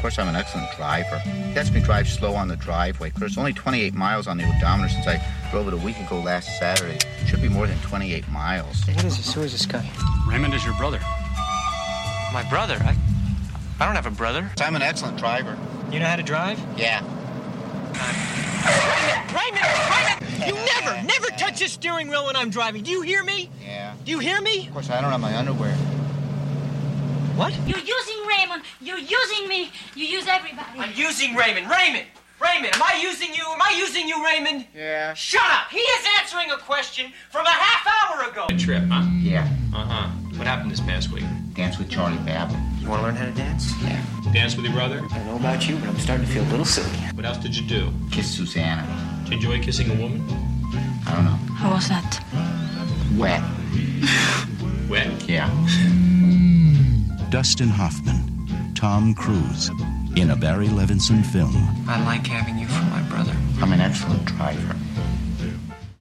course, I'm an excellent driver. He lets me drive slow on the driveway. Chris, only 28 miles on the odometer since I drove it a week ago last Saturday. Should be more than 28 miles. What is this? Who is this guy? Raymond is your brother. My brother? I, I don't have a brother. I'm an excellent driver. You know how to drive? Yeah. Raymond! Raymond! Raymond! You never, never touch the steering wheel when I'm driving. Do you hear me? Yeah. Do you hear me? Of course, I don't have my underwear. What? You're using Raymond. You're using me. You use everybody. I'm using Raymond. Raymond! Raymond, am I using you? Am I using you, Raymond? Yeah. Shut up! He is answering a question from a half hour ago. Trip, huh? Yeah. Uh huh. What happened this past week? Dance with Charlie Babbitt. You want to learn how to dance? Yeah. Dance with your brother? I don't know about you, but I'm starting to feel a little silly. What else did you do? Kiss Susanna. Did you enjoy kissing a woman? I don't know. How was that? Wet. Wet. Yeah. Dustin Hoffman, Tom Cruise, in a Barry Levinson film. I like having you for my brother. I'm an excellent driver.